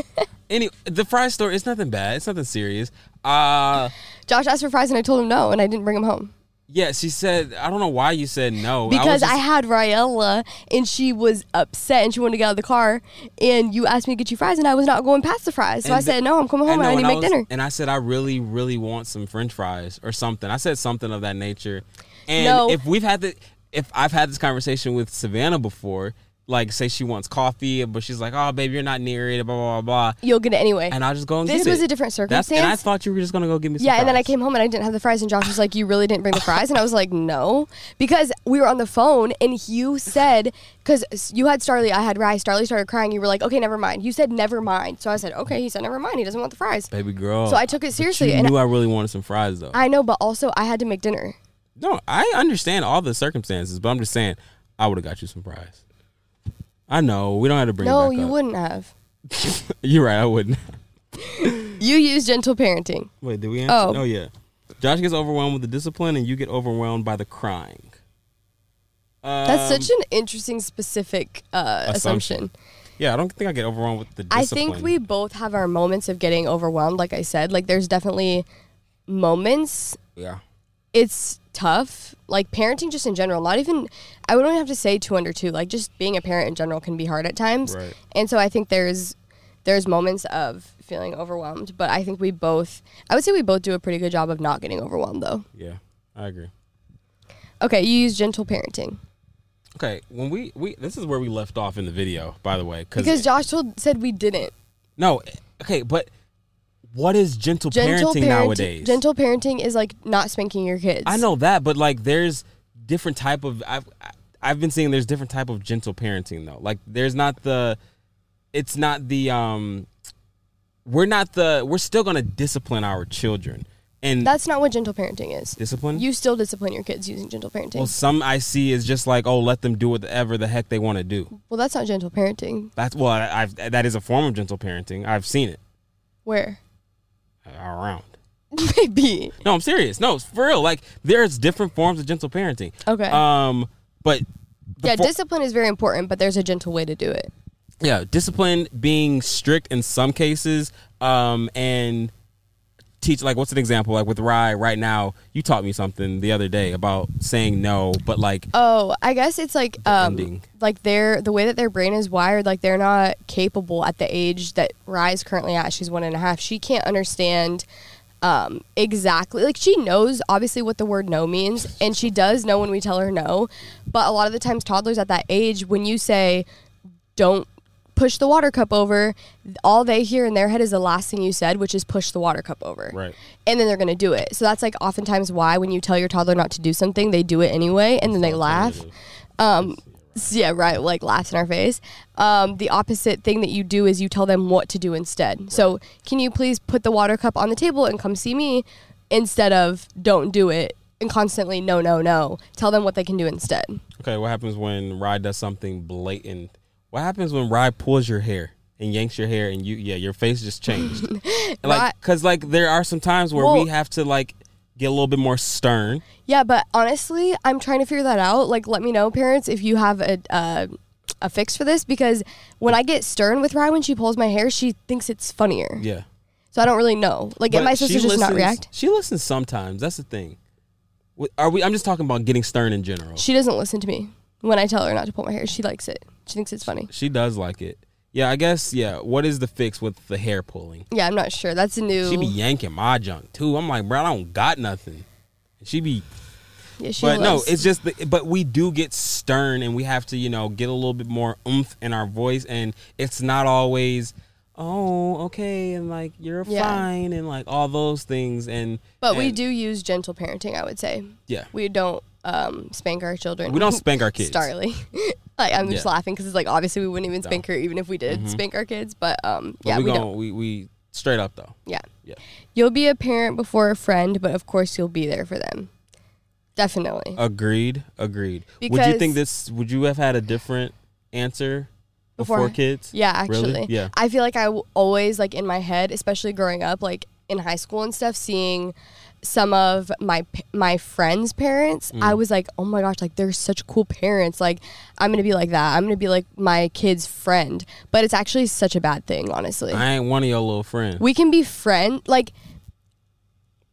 S2: Any the fry story. It's nothing bad. It's nothing serious. Uh
S3: Josh asked for fries, and I told him no, and I didn't bring him home
S2: yeah. She said. I don't know why you said no. was
S3: because I,
S2: just-
S3: had Raella, and she was upset, and she wanted to get out of the car, and you asked me to get you fries, and I was not going past the fries, so
S2: And
S3: I
S2: the-
S3: said no, I'm coming home,
S2: know,
S3: and I need to make
S2: was-
S3: dinner.
S2: And I said, I really, really want some French fries or something. I said something of that nature. And
S3: No.
S2: if we've had the, if I've had this conversation with Savannah before, like say she wants coffee, but she's like, oh, babe, you're not near it, blah, blah, blah, blah.
S3: You'll get it anyway.
S2: And I'll just go and
S3: This
S2: get
S3: was
S2: it.
S3: a different
S2: That's- And I
S3: circumstance.
S2: thought you were just going to go give me some
S3: Yeah, and then I
S2: fries.
S3: came home and I didn't have the fries, and Josh was like, "You really didn't bring the fries?" And I was like, "No," because we were on the phone, and you said, "Because you had Starly, I had Rye. Starly started crying. You were like, "Okay, never mind." You said, "Never mind." So I said, "Okay." He said, "Never mind." He doesn't want the fries.
S2: Baby girl.
S3: So I took it
S2: but
S3: seriously,
S2: You
S3: and
S2: knew I really wanted some fries, though.
S3: I know, but also I had to make dinner.
S2: no, I understand all the circumstances, but I'm just saying, I would have got you some fries. I know. We don't have to bring it
S3: no,
S2: back
S3: you
S2: up.
S3: wouldn't have.
S2: You're right. I wouldn't.
S3: You use gentle parenting.
S2: Wait, did we answer?
S3: Oh.
S2: Oh. yeah. Josh gets overwhelmed with the discipline, and you get overwhelmed by the crying. Um,
S3: That's such an interesting, specific uh,
S2: Assumption.
S3: assumption.
S2: yeah. I don't think I get overwhelmed with the.
S3: I
S2: discipline.
S3: think we both have our moments of getting overwhelmed. Like I said, like there's definitely moments
S2: Yeah.
S3: it's tough. Like parenting, just in general, not even, I wouldn't have to say two under two. Like just being a parent in general can be hard at times.
S2: Right.
S3: And so I think there's there's moments of feeling overwhelmed, but I think we both, I would say we both do a pretty good job of not getting overwhelmed though.
S2: Yeah. I agree.
S3: Okay, you use gentle parenting
S2: Okay. When we we this is where we left off in the video, by the way,
S3: because Josh told said we didn't.
S2: no. Okay, but what is gentle,
S3: Gentle
S2: parenting, nowadays?
S3: Gentle parenting is like not spanking your kids.
S2: I know that, but like there's different type of I've I- I've been seeing there's different type of gentle parenting though. Like there's not the it's not the um we're not the we're still going to discipline our children. And
S3: That's not what gentle parenting is.
S2: discipline
S3: You still discipline your kids using gentle parenting.
S2: well some I see is just like oh let them do whatever the heck they want to do.
S3: well that's not gentle parenting.
S2: That's well I, I've that is a form of gentle parenting. I've seen it
S3: Where?
S2: around.
S3: Maybe.
S2: No, I'm serious. No, for real. Like there's different forms of gentle parenting.
S3: Okay.
S2: Um but the
S3: yeah,
S2: for-
S3: discipline is very important, but there's a gentle way to do it.
S2: yeah discipline being strict in some cases um and teach like what's an example like with rye right now you taught me something the other day about saying no but like
S3: Oh, I guess it's like um,
S2: ending.
S3: like they're the way that their brain is wired. Like they're not capable at the age that Rye's currently at. She's one and a half. She can't understand um, exactly. Like she knows obviously what the word no means, and she does know when we tell her no. But a lot of the times, toddlers at that age, when you say don't push the water cup over, all they hear in their head is the last thing you said, which is push the water cup over.
S2: Right.
S3: And then they're going to do it. So that's like oftentimes why when you tell your toddler not to do something, they do it anyway and then they laugh. Um so yeah, right, like laughs in our face. Um, the opposite thing that you do is you tell them what to do instead. So, can you please put the water cup on the table and come see me instead of don't do it and constantly no, no, no. Tell them what they can do instead.
S2: okay what happens when rye does something blatant what happens when rye pulls your hair and yanks your hair and you yeah your face just changed And,
S3: Rye-
S2: like because like there are some times where
S3: Well-
S2: we have to like get a little bit more stern
S3: Yeah, but honestly, I'm trying to figure that out. Like, let me know, parents, if you have a uh, a fix for this because when I get stern with Rye when she pulls my hair, she thinks it's funnier.
S2: yeah
S3: So I don't really know. Like, and
S2: But
S3: my sister
S2: she
S3: just not
S2: listens-
S3: react.
S2: She listens sometimes. That's the thing. Wh- Are we? I'm just talking about getting stern in general. She,
S3: She doesn't listen to me when I tell her not to pull my hair. She likes it. She thinks it's funny.
S2: does like it. Yeah, I guess. Yeah. What is the fix with the hair pulling?
S3: Yeah, I'm not sure. That's a new.
S2: She be yanking my junk too. I'm like, bro, I don't got nothing. She be,
S3: yeah, she
S2: but
S3: loves-
S2: no, it's just. The, but we do get stern, and we have to, you know, get a little bit more oomph in our voice, and it's not always, oh, okay, and like you're
S3: Yeah.
S2: fine, and like all those things, and
S3: But we
S2: and-
S3: do use gentle parenting. I would say
S2: yeah,
S3: we don't um, spank our children.
S2: we don't spank our kids.
S3: Starly. like I'm just
S2: Yeah. Mm-hmm.
S3: laughing because it's like obviously we wouldn't even spank her even if we did spank our kids. But um,
S2: But
S3: yeah,
S2: we,
S3: we
S2: gon-
S3: don't.
S2: we we straight up though.
S3: Yeah.
S2: Yeah.
S3: You'll be a parent before a friend, but of course you'll be there for them.
S2: Uh,
S3: Definitely.
S2: Agreed. Agreed. would you
S3: Because-
S2: think this? Would you have had a different answer before,
S3: Before-
S2: kids?
S3: Yeah,
S2: Really?
S3: actually.
S2: Yeah.
S3: I feel like I w- always like in my head, especially growing up, like in high school and stuff, seeing some of my p- my friends' parents,
S2: Mm.
S3: I was like, oh my gosh, like they're such cool parents. Like I'm gonna be like that. I'm gonna be like my kid's friend. But it's actually such a bad thing, honestly.
S2: I ain't one of your little friends.
S3: we can be friend like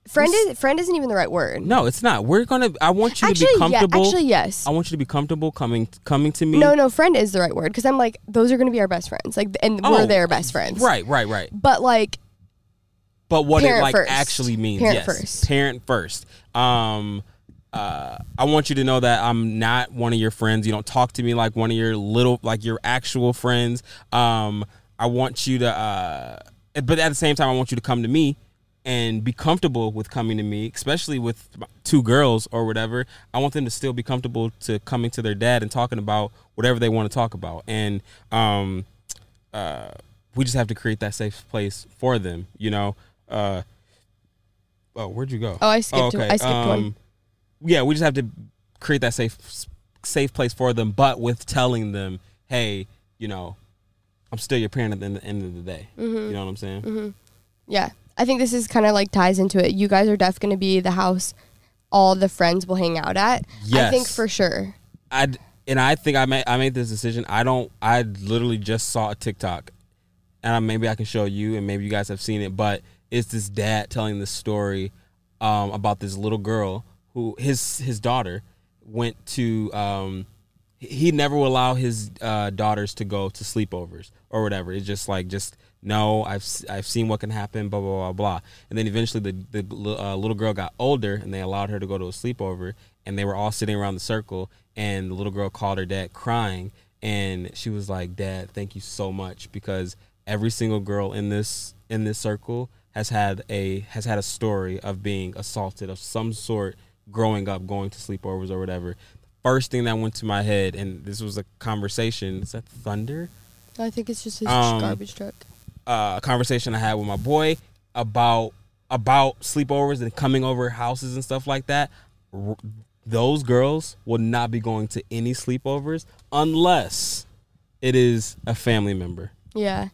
S3: friend is friend isn't even the right word.
S2: no, it's not. We're gonna. I want you
S3: actually,
S2: to be
S3: yeah.
S2: comfortable.
S3: Actually, yes.
S2: I want you to be comfortable coming coming to me.
S3: no, no, friend is the right word because I'm like those are gonna be our best friends, like, and
S2: Oh,
S3: we're their best friends,
S2: Right, right, right.
S3: But like
S2: But what it
S3: Parent
S2: like
S3: first.
S2: actually means.
S3: Parent
S2: yes.
S3: first.
S2: Parent first. Um uh, I want you to know that I'm not one of your friends. You don't talk to me like one of your little like your actual friends. Um I want you to uh but at the same time I want you to come to me and be comfortable with coming to me, especially with my- two girls or whatever. I want them to still be comfortable to coming to their dad and talking about whatever they want to talk about. And um uh, we just have to create that safe place for them, you know. Uh, oh, where'd you go?
S3: Oh, I skipped- I skipped one.
S2: Yeah, we just have to create that safe safe place for them, but with telling them, hey, you know, I'm still your parent at the end, end of the day.
S3: Mm-hmm.
S2: You know what I'm saying?
S3: Yeah. I think this is kind of like ties into it. You guys are def going to be the house all the friends will hang out at. I think
S2: Yes.
S3: for sure.
S2: I and I think I made I made this decision. I don't. I literally just saw a TikTok, and I, maybe I can show you, and maybe you guys have seen it. But it's this dad telling this story um, about this little girl who his his daughter went to. Um, he never will allow his uh, daughters to go to sleepovers or whatever. It's just like just no. I've s- I've seen what can happen. Blah blah blah blah. And then eventually the the li- uh, little girl got older and they allowed her to go to a sleepover. And they were all sitting around the circle. And the little girl called her dad crying. And she was like, "Dad, thank you so much because every single girl in this in this circle has had a has had a story of being assaulted of some sort growing up, going to sleepovers or whatever." first thing that went to my head, and this was a conversation. Is that thunder?
S3: I think it's just his
S2: Um,
S3: garbage truck.
S2: Uh, a conversation I had with my boy about about sleepovers and coming over houses and stuff like that. R- those girls will not be going to any sleepovers unless it is a family member.
S3: Yeah.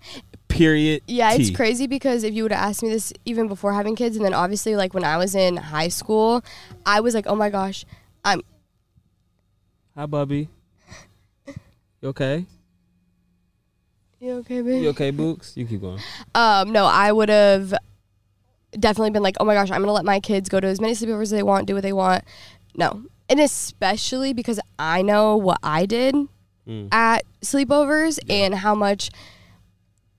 S2: Period.
S3: Yeah, it's
S2: T.
S3: crazy because if you would have asked me this even before having kids, and then obviously, like when I was in high school, I was like, oh my gosh, I'm
S2: Hi, Bubby. You okay?
S3: you okay, baby.
S2: You okay, Books? You keep going.
S3: Um, no, I would have definitely been like, oh my gosh, I'm gonna let my kids go to as many sleepovers as they want, do what they want. No, and especially because I know what I did
S2: Mm.
S3: at sleepovers and how much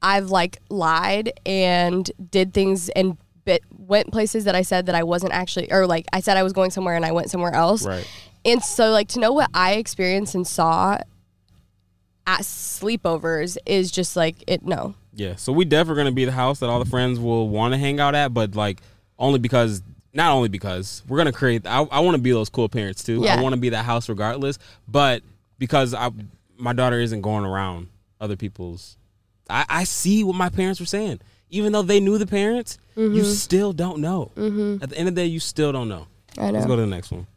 S3: I've like lied and did things and bit, went places that I said that I wasn't actually, or like I said I was going somewhere and I went somewhere else.
S2: Right.
S3: And so, like, to know what I experienced and saw at sleepovers is just like it. No,
S2: Yeah, so we definitely gonna be the house that all the friends will want to hang out at, but like only because, not only because we're gonna create. I, I want to be those cool parents too. I
S3: Yeah.
S2: want to be that house regardless, but because I my daughter isn't going around other people's. I, I see what my parents were saying, even though they knew the parents.
S3: Mm-hmm.
S2: You still don't know. At the end of the day, you still don't know.
S3: I know.
S2: Let's go to the next one.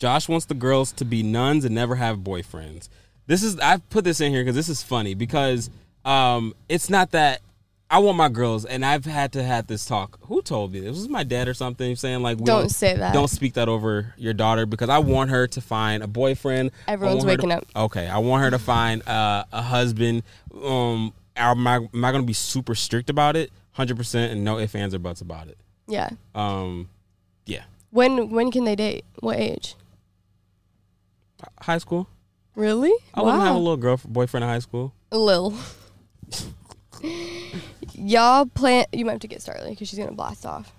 S2: Josh wants the girls to be nuns and never have boyfriends. This is I've put this in here because this is funny because um, it's not that I want my girls and I've had to have this talk. Who told me this? Was my dad or something saying like we
S3: Don't say that.
S2: Don't speak that over your daughter because I want her to find a boyfriend. I
S3: Everyone's
S2: want her to-
S3: waking up.
S2: Okay, I want her to find uh, a husband. Um, am I am I gonna be super strict about it? Hundred percent and no ifs ands or buts about it.
S3: Yeah.
S2: Um, yeah,
S3: When when can they date? What age?
S2: high school.
S3: Really?
S2: I wouldn't have a little girlfriend boyfriend in high school.
S3: Lil. Y'all plan. You might have to get started because she's gonna blast off.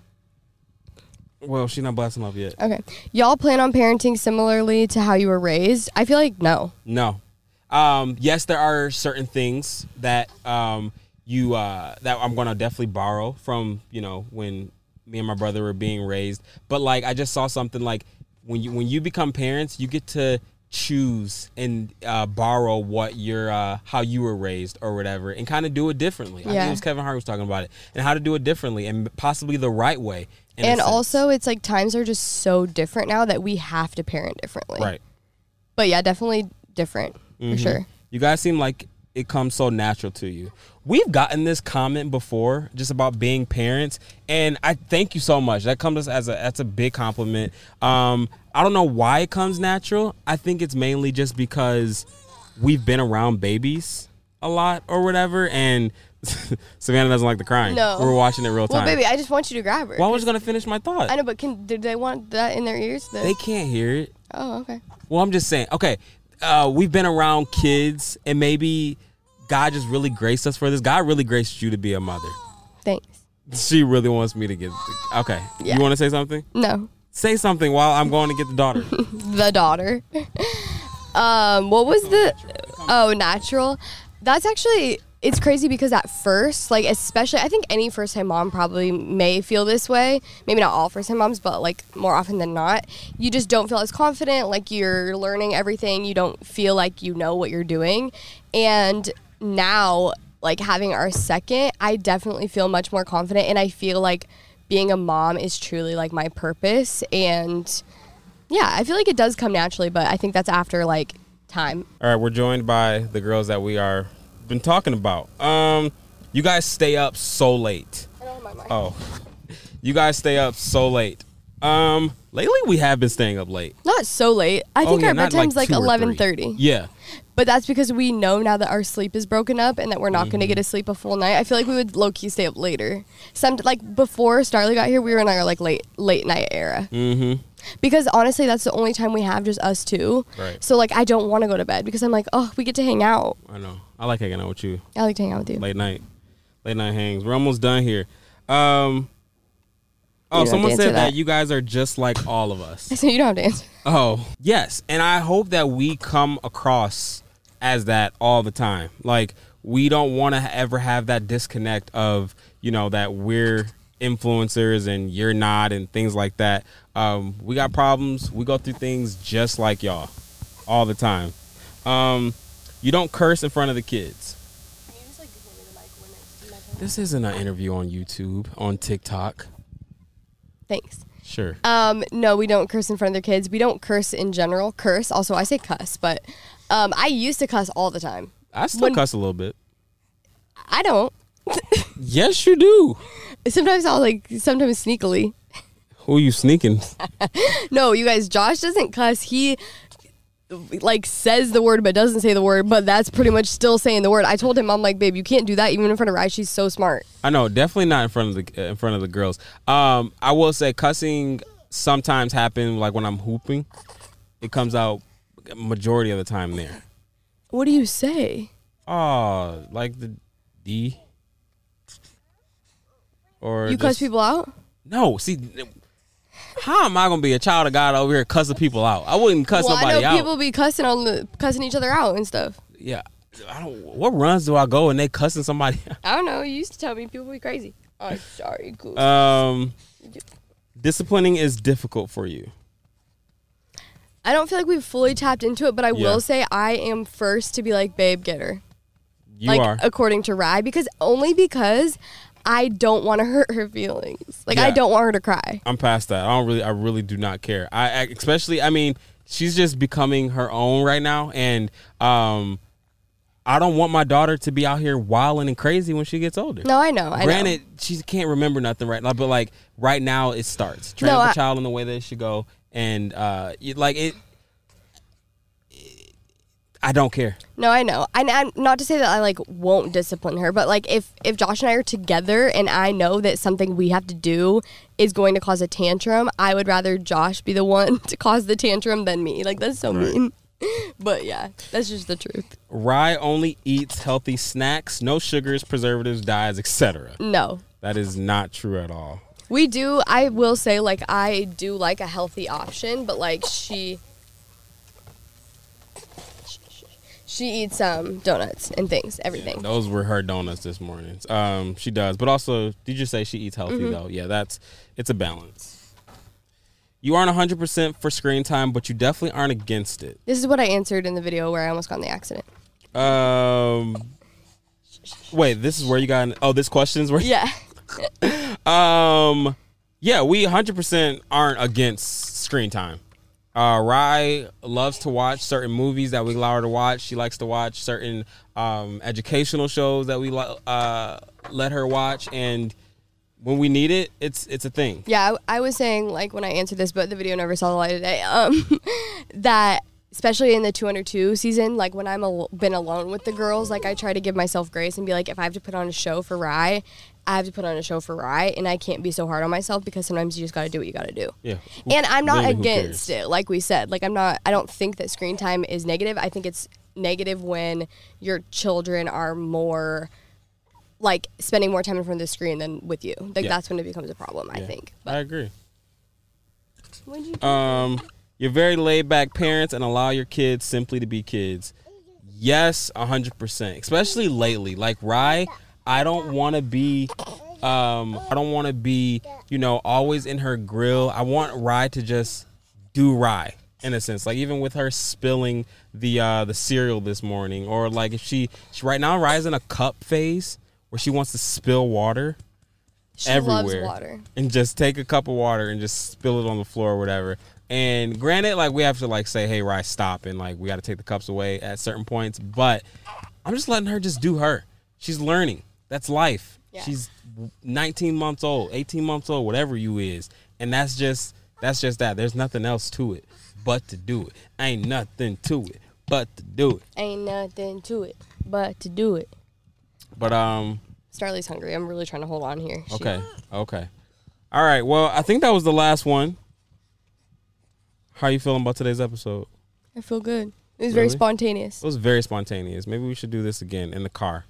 S2: Well, she's not blasting off yet.
S3: Okay. Y'all plan on parenting similarly to how you were raised? I feel like no.
S2: No. Um, yes, there are certain things that um, you uh, that I'm gonna definitely borrow from you know when me and my brother were being raised. But like I just saw something like when you when you become parents, you get to choose and uh, borrow what your uh, how you were raised or whatever, and kind of do it differently. I think
S3: Yeah.
S2: it was Kevin Hart was talking about it and how to do it differently and possibly the right way. in a
S3: and
S2: sense.
S3: also, it's like times are just so different now that we have to parent differently.
S2: right.
S3: But yeah, definitely different
S2: Mhm.
S3: for sure.
S2: You guys seem like it comes so natural to you. We've gotten this comment before just about being parents, and I thank you so much. That comes as a that's a big compliment. Um, I don't know why it comes natural. I think it's mainly just because we've been around babies a lot or whatever, and Savannah doesn't like the crying.
S3: No.
S2: we're watching it real time.
S3: Well, baby, I just want you to grab her.
S2: well, I was gonna finish my thought.
S3: I know, but can do they want that in their ears? The-
S2: They can't hear it.
S3: oh, okay.
S2: Well, I'm just saying. Okay, uh, we've been around kids, and maybe God just really graced us for this. God really graced you to be a mother.
S3: Thanks.
S2: She really wants me to get. Okay,
S3: Yeah.
S2: you want to say something?
S3: No,
S2: Say something while I'm going to get the daughter.
S3: the daughter. um, what was the? Oh, natural. That's actually it's crazy because at first, like especially, I think any first time mom probably may feel this way. Maybe not all first time moms, but like more often than not, you just don't feel as confident. Like you're learning everything. You don't feel like you know what you're doing, and now like having our second, I definitely feel much more confident, and I feel like being a mom is truly like my purpose and yeah, I feel like it does come naturally, but I think that's after like time.
S2: All right, we're joined by the girls that we are been talking about. Um, you guys stay up so late. Oh, you guys stay up so late. Um, lately we have been staying up late.
S3: Not so late. I
S2: Oh,
S3: think
S2: yeah,
S3: our
S2: not
S3: bedtime's like
S2: two or three.
S3: eleven thirty.
S2: Yeah.
S3: But that's because we know now that our sleep is broken up and that we're not going to get
S2: Mm-hmm.
S3: to sleep a full night. I feel like we would low key stay up later. Some like before Starly got here, we were in our like late late night era. Mm-hmm. Because honestly, that's the only time we have just us two.
S2: Right.
S3: So like, I don't want to go to bed because I'm like, oh, we get to hang out.
S2: I know. I like hanging out with you.
S3: I like to hang out with you.
S2: late night late night hangs we're almost done here um oh
S3: You don't
S2: someone
S3: answer
S2: said that.
S3: that.
S2: you guys are just like all of us
S3: So you don't have to answer.
S2: oh yes and i hope that we come across as that all the time like we don't want to ever have that disconnect of you know that we're influencers and you're not and things like that um we got problems we go through things just like y'all all the time um you don't curse in front of the kids this isn't an interview on YouTube, on TikTok.
S3: Thanks.
S2: Sure.
S3: Um, no, we don't curse in front of their kids. We don't curse in general. Curse. Also, I say cuss, but um, I used to cuss all the time.
S2: I still
S3: when-
S2: cuss a little bit.
S3: I don't.
S2: Yes, you do.
S3: Sometimes I'll like sometimes sneakily.
S2: Who are you sneaking?
S3: No, you guys, Josh doesn't cuss. He like says the word but doesn't say the word, but that's pretty much still saying the word. I told him I'm like, babe, you can't do that even in front of her. eyes. She's so smart.
S2: I know, definitely not in front of the in front of the girls. Um, I will say cussing sometimes happen like when I'm hooping. It comes out majority of the time there.
S3: What do you say?
S2: Oh, like the D. Or
S3: you cuss
S2: just-
S3: people out?
S2: No, see, how am I gonna be a child of God over here cussing people out? I wouldn't cuss
S3: well,
S2: nobody
S3: I know
S2: out.
S3: people be cussing on the cussing each other out and stuff.
S2: yeah, I don't. What runs do I go and they cussing somebody?
S3: I don't know. You used to tell me people be crazy. I'm sorry, cool.
S2: um, disciplining is difficult for you.
S3: I don't feel like we've fully tapped into it, but
S2: Yeah.
S3: I will say I am first to be like, babe, get her.
S2: You
S3: like,
S2: are.
S3: according to Rye, because only because I don't want to hurt her feelings. Like, I
S2: Yeah.
S3: don't want her to cry.
S2: I'm past that. I don't really. I really do not care. I, I especially. I mean, she's just becoming her own right now, and um, I don't want my daughter to be out here wilding and crazy when she gets older.
S3: No, I know. I
S2: Granted, she can't remember nothing right now, but like right now it starts. Train
S3: No,
S2: up a
S3: I-
S2: child in the way that it should go, and uh, you, like it, I don't care.
S3: know. No, I know. And I'm not to say that I like won't discipline her, but like if if Josh and I are together and I know that something we have to do is going to cause a tantrum, I would rather Josh be the one to cause the tantrum than me. Like that's so mean. But yeah, that's just the truth.
S2: Rye only eats healthy snacks, no sugars, preservatives, dyes, etc.
S3: No.
S2: That is not true at all.
S3: We do. I will say, like, I do like a healthy option, but like she, she eats um donuts and things, everything.
S2: Those were her donuts this morning. Um, she does, but also, did you say she eats healthy though? Yeah, that's it's a balance. You aren't 100% for screen time, but you definitely aren't against it.
S3: This is what I answered in the video where I almost got in the accident.
S2: Um, wait, this is where you got. An, oh, this question's where.
S3: Yeah.
S2: Um, Yeah, we 100% aren't against screen time. Uh, Rye loves to watch certain movies that we allow her to watch. She likes to watch certain um, educational shows that we lo- uh, let her watch, and when we need it, it's it's a thing.
S3: Yeah, I, I was saying like when I answered this, but the video never saw the light of day. Um, that especially in the 202 season, like when I'm al- been alone with the girls, like I try to give myself grace and be like, if I have to put on a show for Rye, I have to put on a show for Rye, and I can't be so hard on myself because sometimes you just got to do what you got to do.
S2: Yeah, Who-
S3: And I'm not
S2: literally, who cares?
S3: against it, like we said. Like I'm not. I don't think that screen time is negative. I think it's negative when your children are more like spending more time in front of the screen than with you. Like
S2: Yeah.
S3: that's when it becomes a problem. I
S2: Yeah.
S3: think.
S2: I agree.
S3: When'd you
S2: Um, you're very laid back parents and allow your kids simply to be kids. Yes, hundred percent. Especially lately, like Rye, I don't want to be, um, I don't want to be, you know, always in her grill. I want Rye to just do Rye in a sense. Like even with her spilling the uh, the cereal this morning, or like if she, she right now Rye's in a cup phase where she wants to spill water
S3: She
S2: everywhere
S3: loves water.
S2: and just take a cup of water and just spill it on the floor or whatever. And granted, like we have to like say, hey, Rye, stop, and like we got to take the cups away at certain points. But I'm just letting her just do her. She's learning. That's life.
S3: Yeah.
S2: She's 19 months old, 18 months old, whatever you is, and that's just that's just that. There's nothing else to it but to do it. Ain't nothing to it but to do it.
S3: Ain't nothing to it but to do it.
S2: But um,
S3: Starley's hungry. I'm really trying to hold on here. She-
S2: Okay. Okay. All right. Well, I think that was the last one. How you feeling about today's episode?
S3: I feel good. It was very
S2: Really?
S3: spontaneous.
S2: It was very spontaneous. Maybe we should do this again in the car.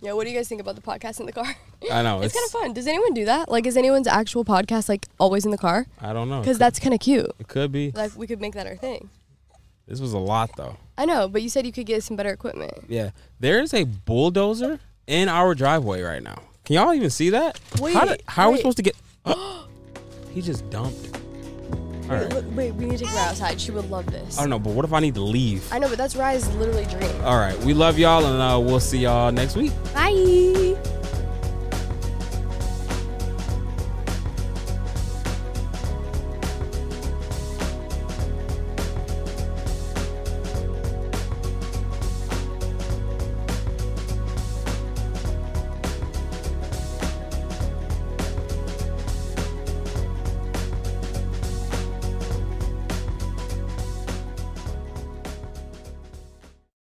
S3: Yeah, what do you guys think about the podcast in the car?
S2: I know. Oh, It's,
S3: it's kind of fun. Does anyone do that? Like, is anyone's actual podcast like always in the car?
S2: I don't know.
S3: Because that's kind of cute.
S2: it could be.
S3: Like, we could make that our thing.
S2: This was a lot though.
S3: I know, but you said you could get some better equipment.
S2: Yeah. There is a bulldozer in our driveway right now. Can y'all even see that? how
S3: Wait,
S2: how are we
S3: wait.
S2: supposed to get? he just dumped. All
S3: Wait,
S2: right.
S3: look- wait, we need to take her outside. She would love this.
S2: I Uh, don't know, but what if I need to leave?
S3: I know, but that's Rye's literally dream.
S2: All right. We love y'all, and uh, we'll see y'all next week.
S3: Bye.